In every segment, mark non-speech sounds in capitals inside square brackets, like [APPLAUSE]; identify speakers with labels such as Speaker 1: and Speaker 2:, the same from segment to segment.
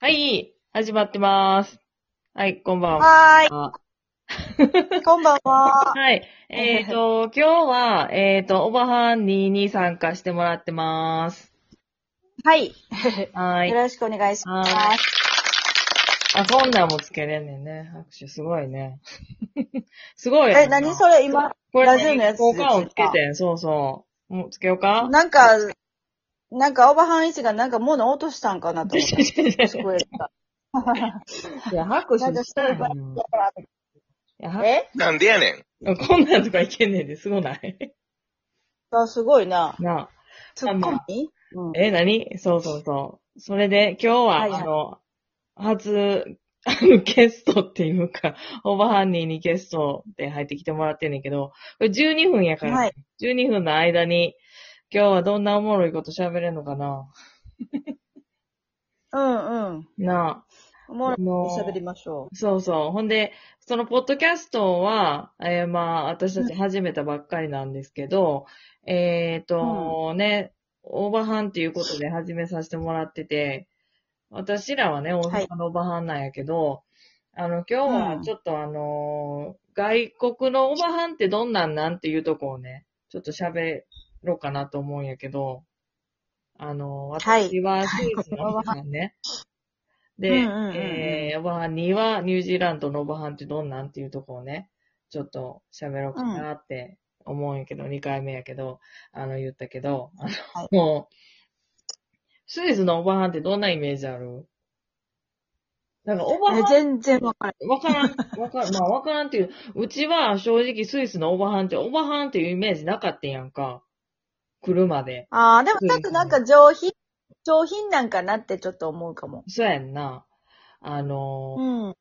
Speaker 1: はい、始まってます。はい、こんばんは。
Speaker 2: は
Speaker 1: は
Speaker 2: ーい。こんばんは。
Speaker 1: い。えっ、と、今日は、えっ、と、オバハンニーに参加してもらってます。
Speaker 2: はい。
Speaker 1: は
Speaker 2: よ
Speaker 1: い。
Speaker 2: ろしくお願いします。
Speaker 1: はあ、こんなんもつけれんねんね。拍手すごいね。 [LAUGHS] すごいよな。
Speaker 2: え、何それ今、
Speaker 1: これ
Speaker 2: ラジオのやつ
Speaker 1: 効果音つけてん。そうそう。もうつけようか
Speaker 2: なんか、なんか、オバハン一がなんか物落としたんかなと
Speaker 1: [LAUGHS] い
Speaker 2: 思って。聞こえた。
Speaker 1: や、拍手したらいいのいや拍
Speaker 2: え
Speaker 3: なんでやねん。
Speaker 1: 手こんなんとかいけんねんで、すごない。
Speaker 2: あ、すごいな。
Speaker 1: なあ。
Speaker 2: ツッコミうん
Speaker 1: え、何そうそうそう。それで、今日は、
Speaker 2: はいはい
Speaker 1: あの、初、あの、ゲストっていうか、オーバーハンニーにゲストで入ってきてもらってんねんけど、これ12分やから、
Speaker 2: はい。
Speaker 1: 12分の間に、今日はどんなおもろいこと喋れんのかな
Speaker 2: うんうん。
Speaker 1: なあ。
Speaker 2: もう
Speaker 1: あの
Speaker 2: 喋りましょ
Speaker 1: そうそう。ほんで、そのポッドキャストは、えーまあ、私たち始めたばっかりなんですけど、えっ、と、ね、オーバーハンっていうことで始めさせてもらってて、私らはね、大
Speaker 2: はい
Speaker 1: 阪のオーバーハンなんやけど、あの、今日
Speaker 2: う
Speaker 1: は
Speaker 2: ん
Speaker 1: ちょっとあのー外国のオーバーハンってどんなんなんっていうとこをね、ちょっと喋ろうかなと思うんやけど、あのー
Speaker 2: はい
Speaker 1: 私はスイスのオーバーハンね、で、
Speaker 2: うんうんうんうん
Speaker 1: えー、オバハン2はニュージーランドのオバハンってどんなんっていうとこをね、ちょっと喋ろうかなって思うんやけど、2回目やけど、あの、言ったけど、あの、
Speaker 2: は
Speaker 1: もう、スイスのオバハンってどんなイメージあるなんか、オバ
Speaker 2: う。え
Speaker 1: ハ
Speaker 2: 全然わから
Speaker 1: ン、わからん、わからん、まあわからんっていう、うちは正直スイスのオバハンって、オバハンっていうイメージなかったんやんか。車で。
Speaker 2: ん。あー、でもちょっとなんか上品、上品なんかなってちょっと思うかも。
Speaker 1: そうやんな。あのー
Speaker 2: うん。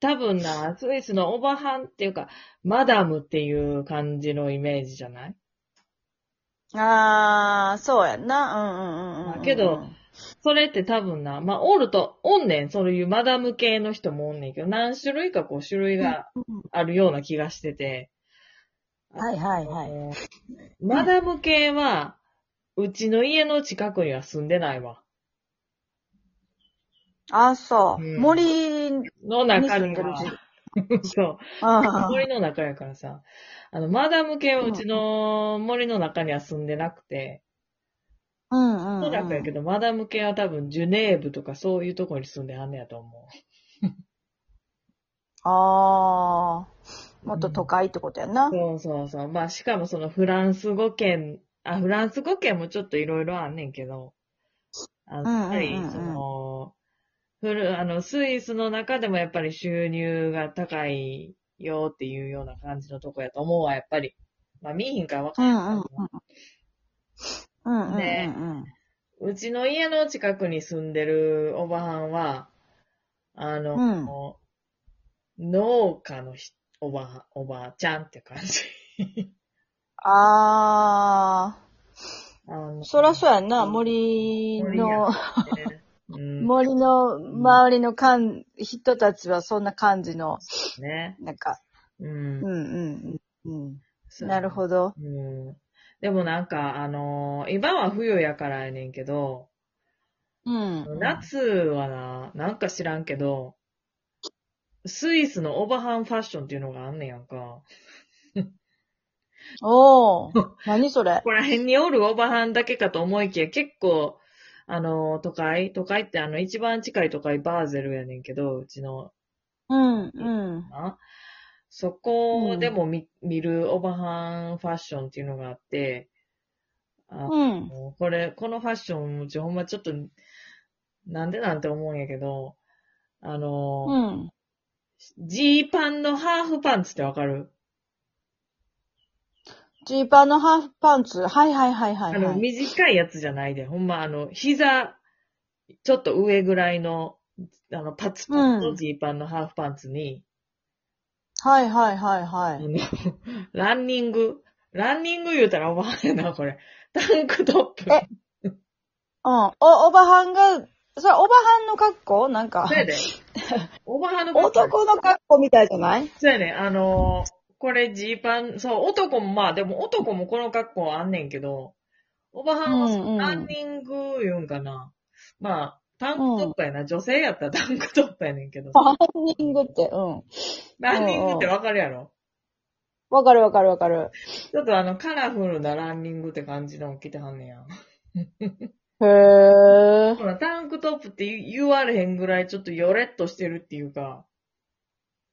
Speaker 1: 多分な、スイスのオバハンっていうか、マダムっていう感じのイメージじゃない
Speaker 2: あー、そうやんな。うんうんうんうんうん。
Speaker 1: けど、それって多分な、まあ、おると、おんねん、そういうマダム系の人もおんねんけど、何種類かこう種類が
Speaker 2: うん
Speaker 1: あるような気がしてて、
Speaker 2: はいはいはい。
Speaker 1: マダム系は、うちの家の近くには住んでないわ。
Speaker 2: あ、そう。
Speaker 1: うん
Speaker 2: 森に
Speaker 1: の中
Speaker 2: 住ん
Speaker 1: に
Speaker 2: でる
Speaker 1: は
Speaker 2: し。。
Speaker 1: そう。
Speaker 2: あ
Speaker 1: 森の中やからさ。あの、マダム系はうちの森の中には住んでなくて、
Speaker 2: あ。うんうん、う
Speaker 1: おそらくやけ
Speaker 2: ん。
Speaker 1: ど、マダム系は多分ジュネーブとかそういうとこに住んではんねやと思
Speaker 2: ああ。もっと都会ってことやな。
Speaker 1: う。そうそうそう。まあ、しかもそのフランス語圏、あ、フランス語圏もちょっといろいろあんねんけど、あの、やっぱり
Speaker 2: うんうんうんうん
Speaker 1: その、フル、あの、スイスの中でもやっぱり収入が高いよっていうような感じのとこやと思うわ、やっぱり。まあ、見えひんからわかんないけど。
Speaker 2: うんうんうんうんうんうん。
Speaker 1: うちの家の近くに住んでるおばはんは、あの、農家のひおばは、おばあちゃんって感じ。
Speaker 2: あ
Speaker 1: あの
Speaker 2: あ。そらそうやんな。
Speaker 1: うん
Speaker 2: 森
Speaker 1: 森や
Speaker 2: の、
Speaker 1: ねうん、
Speaker 2: 森の周りのかん人たちはそんな感じの、
Speaker 1: ね。
Speaker 2: なんか、
Speaker 1: うん
Speaker 2: うん。うんうん。う
Speaker 1: そ
Speaker 2: ん。
Speaker 1: う
Speaker 2: なるほど。
Speaker 1: うん。でもなんか、あの、今は冬やからやねんけど、
Speaker 2: うん。
Speaker 1: 夏はな、なんか知らんけど、スイスのおばはんファッションっていうのがあんねやんか。
Speaker 2: おお。何それ
Speaker 1: こ。こら辺におるオバハンだけかと思いきや、結構、あの、都会都会ってあの、一番近い都会バーゼルやねんけど、うちの、
Speaker 2: うんうん。
Speaker 1: なそこでも見,、見るオバハンファッションっていうのがあって、あ
Speaker 2: うん。
Speaker 1: もうこれ、このファッション、うちほんまちょっと、なんでなんて思うんやけど、あの、
Speaker 2: うん。
Speaker 1: ジーパンのハーフパンツってわかる、
Speaker 2: ジーパンのハーフパンツ。はいはいはいはい、
Speaker 1: あ
Speaker 2: は
Speaker 1: の、
Speaker 2: い。
Speaker 1: 短いやつじゃないで、ほんまあの、膝、ちょっと上ぐらいの、あの、パツパツ
Speaker 2: う
Speaker 1: の
Speaker 2: ん
Speaker 1: ジーパンのハーフパンツに、
Speaker 2: はいはいはいは
Speaker 1: あ
Speaker 2: い。
Speaker 1: の、 [LAUGHS] ランニング、ランニング言うたらおばあやな、これ。タンクトップ。
Speaker 2: えうん。お、おばはんが、それ、おばはんの格好なんか
Speaker 1: そ、うやで。おばあのこと
Speaker 2: 男の格好みたいじゃない
Speaker 1: そうやね、あのーこれジーパン、そう、男もまあ、でも男もこの格好はあんねんけど、おばはんはそ
Speaker 2: うんう
Speaker 1: の
Speaker 2: ん
Speaker 1: ランニング言うんかな。まあ、タンクトップやな。女性やったら [LAUGHS] タンクトップやねんけど。
Speaker 2: ランニングって、うん。
Speaker 1: ランニングってわかるやろ
Speaker 2: わかるわかるわかる。
Speaker 1: ちょっとあの、カラフルなランニングって感じのを着てはんねや。
Speaker 2: へー。
Speaker 1: ほら、タンクトップって言言われへんぐらいちょっとヨレッとしてるっていうか、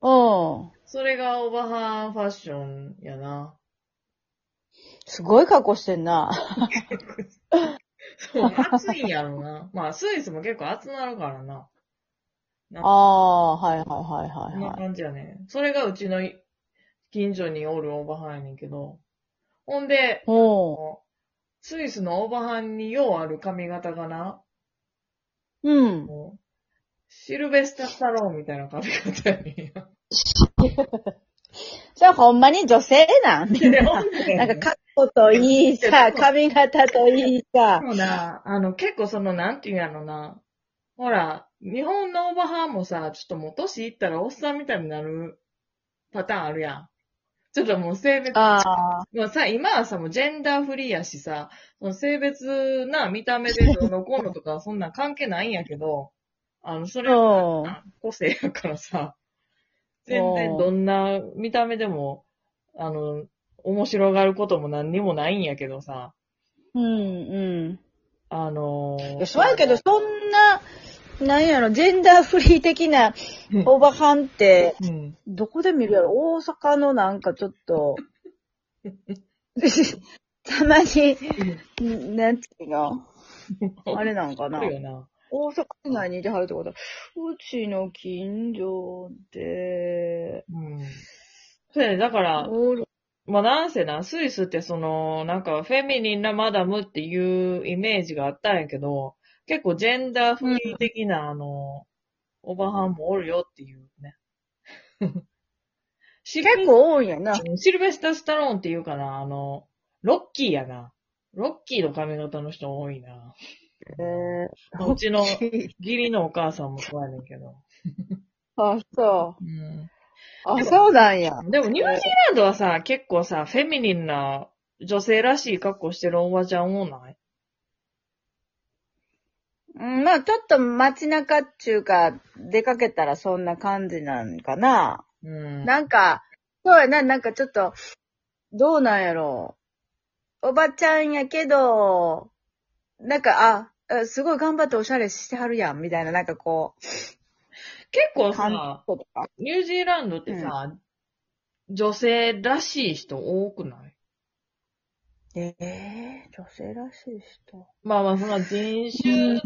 Speaker 2: うん。
Speaker 1: それがオバハンファッションやな。
Speaker 2: すごい格好してんな。
Speaker 1: そう、暑いんやろな。まあ、スイスも結構暑なるからな。
Speaker 2: ああ、はいはいはい
Speaker 1: こ
Speaker 2: はい
Speaker 1: んな
Speaker 2: はい。
Speaker 1: 感じやね。それがうちの近所におるオバハンやねんけど。ほんで、
Speaker 2: う
Speaker 1: スイスのオバハンにようある髪型がな、
Speaker 2: ん。うん。
Speaker 1: もうシルベスタ・スタローンみたいな髪型やねんや。
Speaker 2: じゃあほんまに女性なん
Speaker 1: でほんで
Speaker 2: [LAUGHS] なんか格好といいさ、髪型といいさ
Speaker 1: で。もな、あの、結構その、なんていうんやろな。ほら、日本のオーバーハンもさ、ちょっともう年いったらおっさんみたいになるパターンあるやん。ちょっともう性別、
Speaker 2: ああ、
Speaker 1: もうさ、今はさ、もうジェンダーフリーやしさ、その性別な見た目でどうのこうのとか、そんなん関係ないんやけど、あの、それ
Speaker 2: うん
Speaker 1: は個性やからさ、全然どんな見た目でも、あの、面白がることも何にもないんやけどさ、
Speaker 2: うんうん。
Speaker 1: あのー
Speaker 2: いや、そうやけど、そんな、なんやろ、ジェンダーフリー的な
Speaker 1: うん
Speaker 2: オーバーハンって、
Speaker 1: うん。
Speaker 2: どこで見るやろ大阪のなんかちょっ
Speaker 1: [LAUGHS]
Speaker 2: と、たまに、なんていうのあれなん
Speaker 1: [LAUGHS]
Speaker 2: かな
Speaker 1: あるよな。
Speaker 2: 大阪市内にいてはるってことうちの近所で、
Speaker 1: うん。そうやね、だから、
Speaker 2: おる
Speaker 1: まあ、なんせな、スイスってその、なんか、フェミニンなマダムっていうイメージがあったんやけど、結構ジェンダーフリー的な、あの、おばはんもおるよっていう [LAUGHS] ね。シル
Speaker 2: 結構多いんやな。
Speaker 1: シルベスター・スタローンっていうかな、あの、ロッキーやな。ロッキーの髪型の人多いな。
Speaker 2: え
Speaker 1: うちの義理のお母さんもそうやねんけど。
Speaker 2: あ、そ
Speaker 1: うん
Speaker 2: う。あ、そうなんや。
Speaker 1: でもニュージーランドはさ、結構さ、フェミニンな女性らしい格好してるおばちゃん多ない
Speaker 2: うん、まあちょっと街中っちゅうか、出かけたらそんな感じなんかな。
Speaker 1: うん。
Speaker 2: なんか、そうやな、なんかちょっと、どうなんやろう。おばちゃんやけど、なんか、あ、えすごい頑張っておしゃれしてはるやん、みたいな、なんかこ
Speaker 1: 結構
Speaker 2: う、感
Speaker 1: さ、
Speaker 2: 想とか。
Speaker 1: ニュージーランドってさ、女性らしい人多くない
Speaker 2: ええ女性らしい人。
Speaker 1: まあまあ、その人種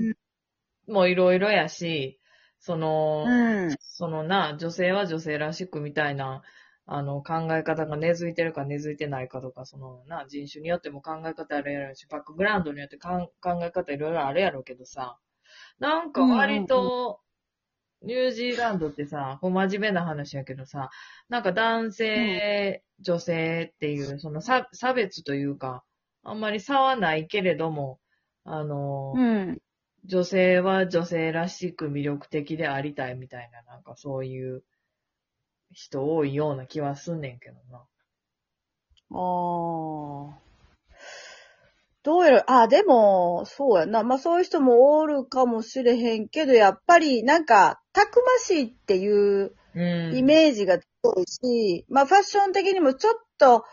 Speaker 1: もいろいろやし、その、
Speaker 2: うん。
Speaker 1: そのな、女性は女性らしくみたいな、あの、考え方が根付いてるか根付いてないかとか、そのな、人種によっても考え方あるやろうし、バックグラウンドによってかん考え方いろいろあるやろうけどさ、なんか割と、ニュージーランドってさ、こう真面目な話やけどさ、なんか男性、女性っていう、その差差別というか、あんまり差はないけれども、あの、
Speaker 2: うん。
Speaker 1: 女性は女性らしく魅力的でありたいみたいな、なんかそういう人多いような気はすんねんけどな。
Speaker 2: ああ。どうやら、あ、でも、そうやな。まあそういう人もおるかもしれへんけど、やっぱりなんか、たくましいっていう
Speaker 1: うん。
Speaker 2: イメージが強いし、まあファッション的にもちょっと、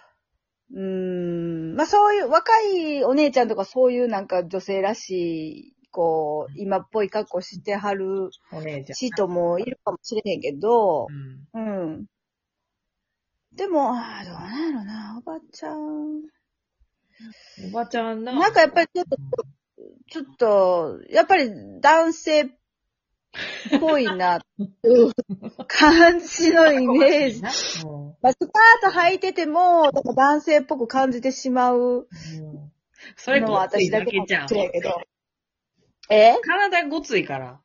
Speaker 2: うーん、まあそういう若いお姉ちゃんとかそういうなんか女性らしい、こう、今っぽい格好してはる
Speaker 1: お姉ちゃん。
Speaker 2: 人もいるかもしれへんけど
Speaker 1: う、ん。
Speaker 2: うん。でも、あーどうなんやろな、おばちゃん。
Speaker 1: おばちゃんな。
Speaker 2: なんかやっぱりちょっと、ちょっと、やっぱり男性っぽい [LAUGHS] な、感じのイメージ。
Speaker 1: ジ。
Speaker 2: まあ、スカート履いてても、なんか男性っぽく感じてしまう
Speaker 1: うん。それ
Speaker 2: の
Speaker 1: ご
Speaker 2: は
Speaker 1: つい
Speaker 2: 私だ
Speaker 1: だ
Speaker 2: け
Speaker 1: け
Speaker 2: かも
Speaker 1: じゃん
Speaker 2: し。れんけど。え
Speaker 1: 体ごついから。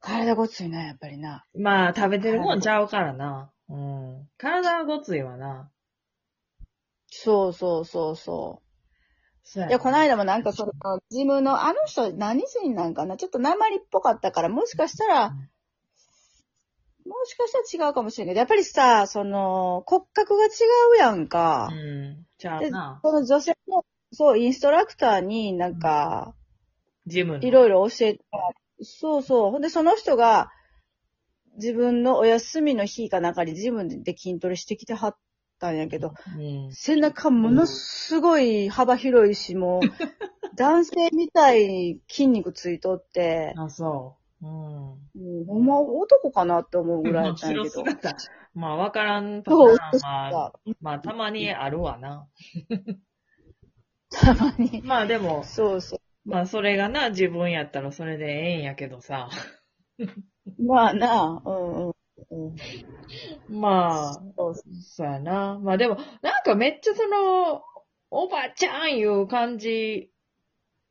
Speaker 2: 体ごついな、やっぱりな。
Speaker 1: まあ、食べてるもんちゃうからな。うん。体はごついわな。
Speaker 2: そうそうそうそう。
Speaker 1: そうや
Speaker 2: いや、この間もなんかその、ジムの、あの人何人なんかなちょっと鉛っぽかったから、もしかしたら、もしかしたら違うかもしれんけど、やっぱりさ、その、骨格が違うやんか
Speaker 1: う。ん。ちゃうな。
Speaker 2: この女性の、そう、インストラクターになんか、
Speaker 1: ジムの。
Speaker 2: いろいろ教えてもらうそうそう。ほんで、その人が、自分のお休みの日かなんかにジムで筋トレしてきてはったんやけど、
Speaker 1: うん。
Speaker 2: 背中ものすごい幅広いし、もう、
Speaker 1: [LAUGHS]
Speaker 2: 男性みたいに筋肉ついとって、
Speaker 1: あ、そう。うん。
Speaker 2: もうほんま男かなって思うぐらいやったんや
Speaker 1: 後ろ
Speaker 2: けど。
Speaker 1: 姿。まあ、わからんパタ
Speaker 2: そう、
Speaker 1: ーンは、
Speaker 2: た
Speaker 1: まあ、たまにあるわな。
Speaker 2: まに。
Speaker 1: まあ、でも、
Speaker 2: そうそ
Speaker 1: まあ、それがな、自分やったらそれでええんやけどさ。
Speaker 2: う。まあな、うんうん。うん、
Speaker 1: まあ、
Speaker 2: そうそ
Speaker 1: そうやな。まあでも、なんかめっちゃその、おばちゃんいう感じ、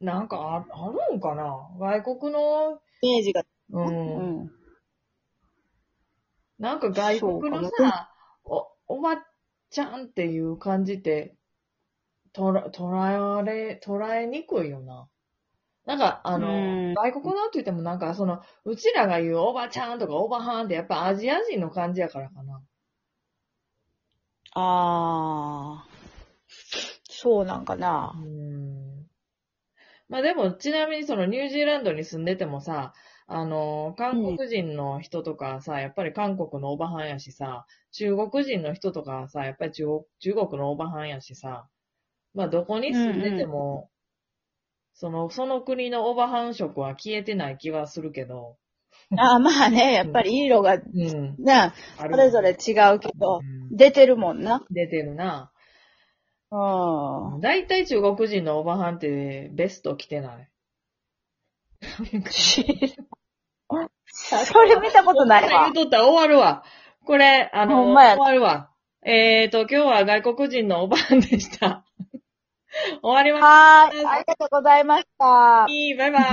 Speaker 1: なんかああるんかな外国の、
Speaker 2: うイメージが。
Speaker 1: う、
Speaker 2: うんん。
Speaker 1: なんか外国の
Speaker 2: そうか
Speaker 1: さ、お、おばちゃんっていう感じって、とら、捉えられ、捉えにくいよな。なんか、あの、
Speaker 2: うん
Speaker 1: 外国のって言ってもなんか、その、うちらが言うおばちゃんとかおばはんってやっぱアジア人の感じやからかな。
Speaker 2: ああ。そうなんかな。
Speaker 1: うんまあでも、ちなみにそのニュージーランドに住んでてもさ、あの、韓国人の人とかさ、やっぱり韓国のおばはんやしさ、中国人の人とかさ、やっぱり中国中国のおばはんやしさ、まあどこに住んでても、その、その国のおばはん色は消えてない気はするけど、
Speaker 2: [LAUGHS] ああ、まあね、やっぱり色が、
Speaker 1: うん。
Speaker 2: ね、
Speaker 1: あ
Speaker 2: そ
Speaker 1: る
Speaker 2: れぞれ違うけど
Speaker 1: う、ん
Speaker 2: 出てるもんな。
Speaker 1: 出てるな。
Speaker 2: うん。
Speaker 1: だいたい中国人のおばはんってベスト着て
Speaker 2: [LAUGHS]
Speaker 1: ない。
Speaker 2: それ見たことないわ
Speaker 1: 言う。とったら終わるわ。これ、あの、
Speaker 2: ほんまや
Speaker 1: 終わるわ。えーと、今日は外国人のおばあんでした。終わりま [LAUGHS]
Speaker 2: はーい。ありがとうございました。
Speaker 1: す。バイバイ。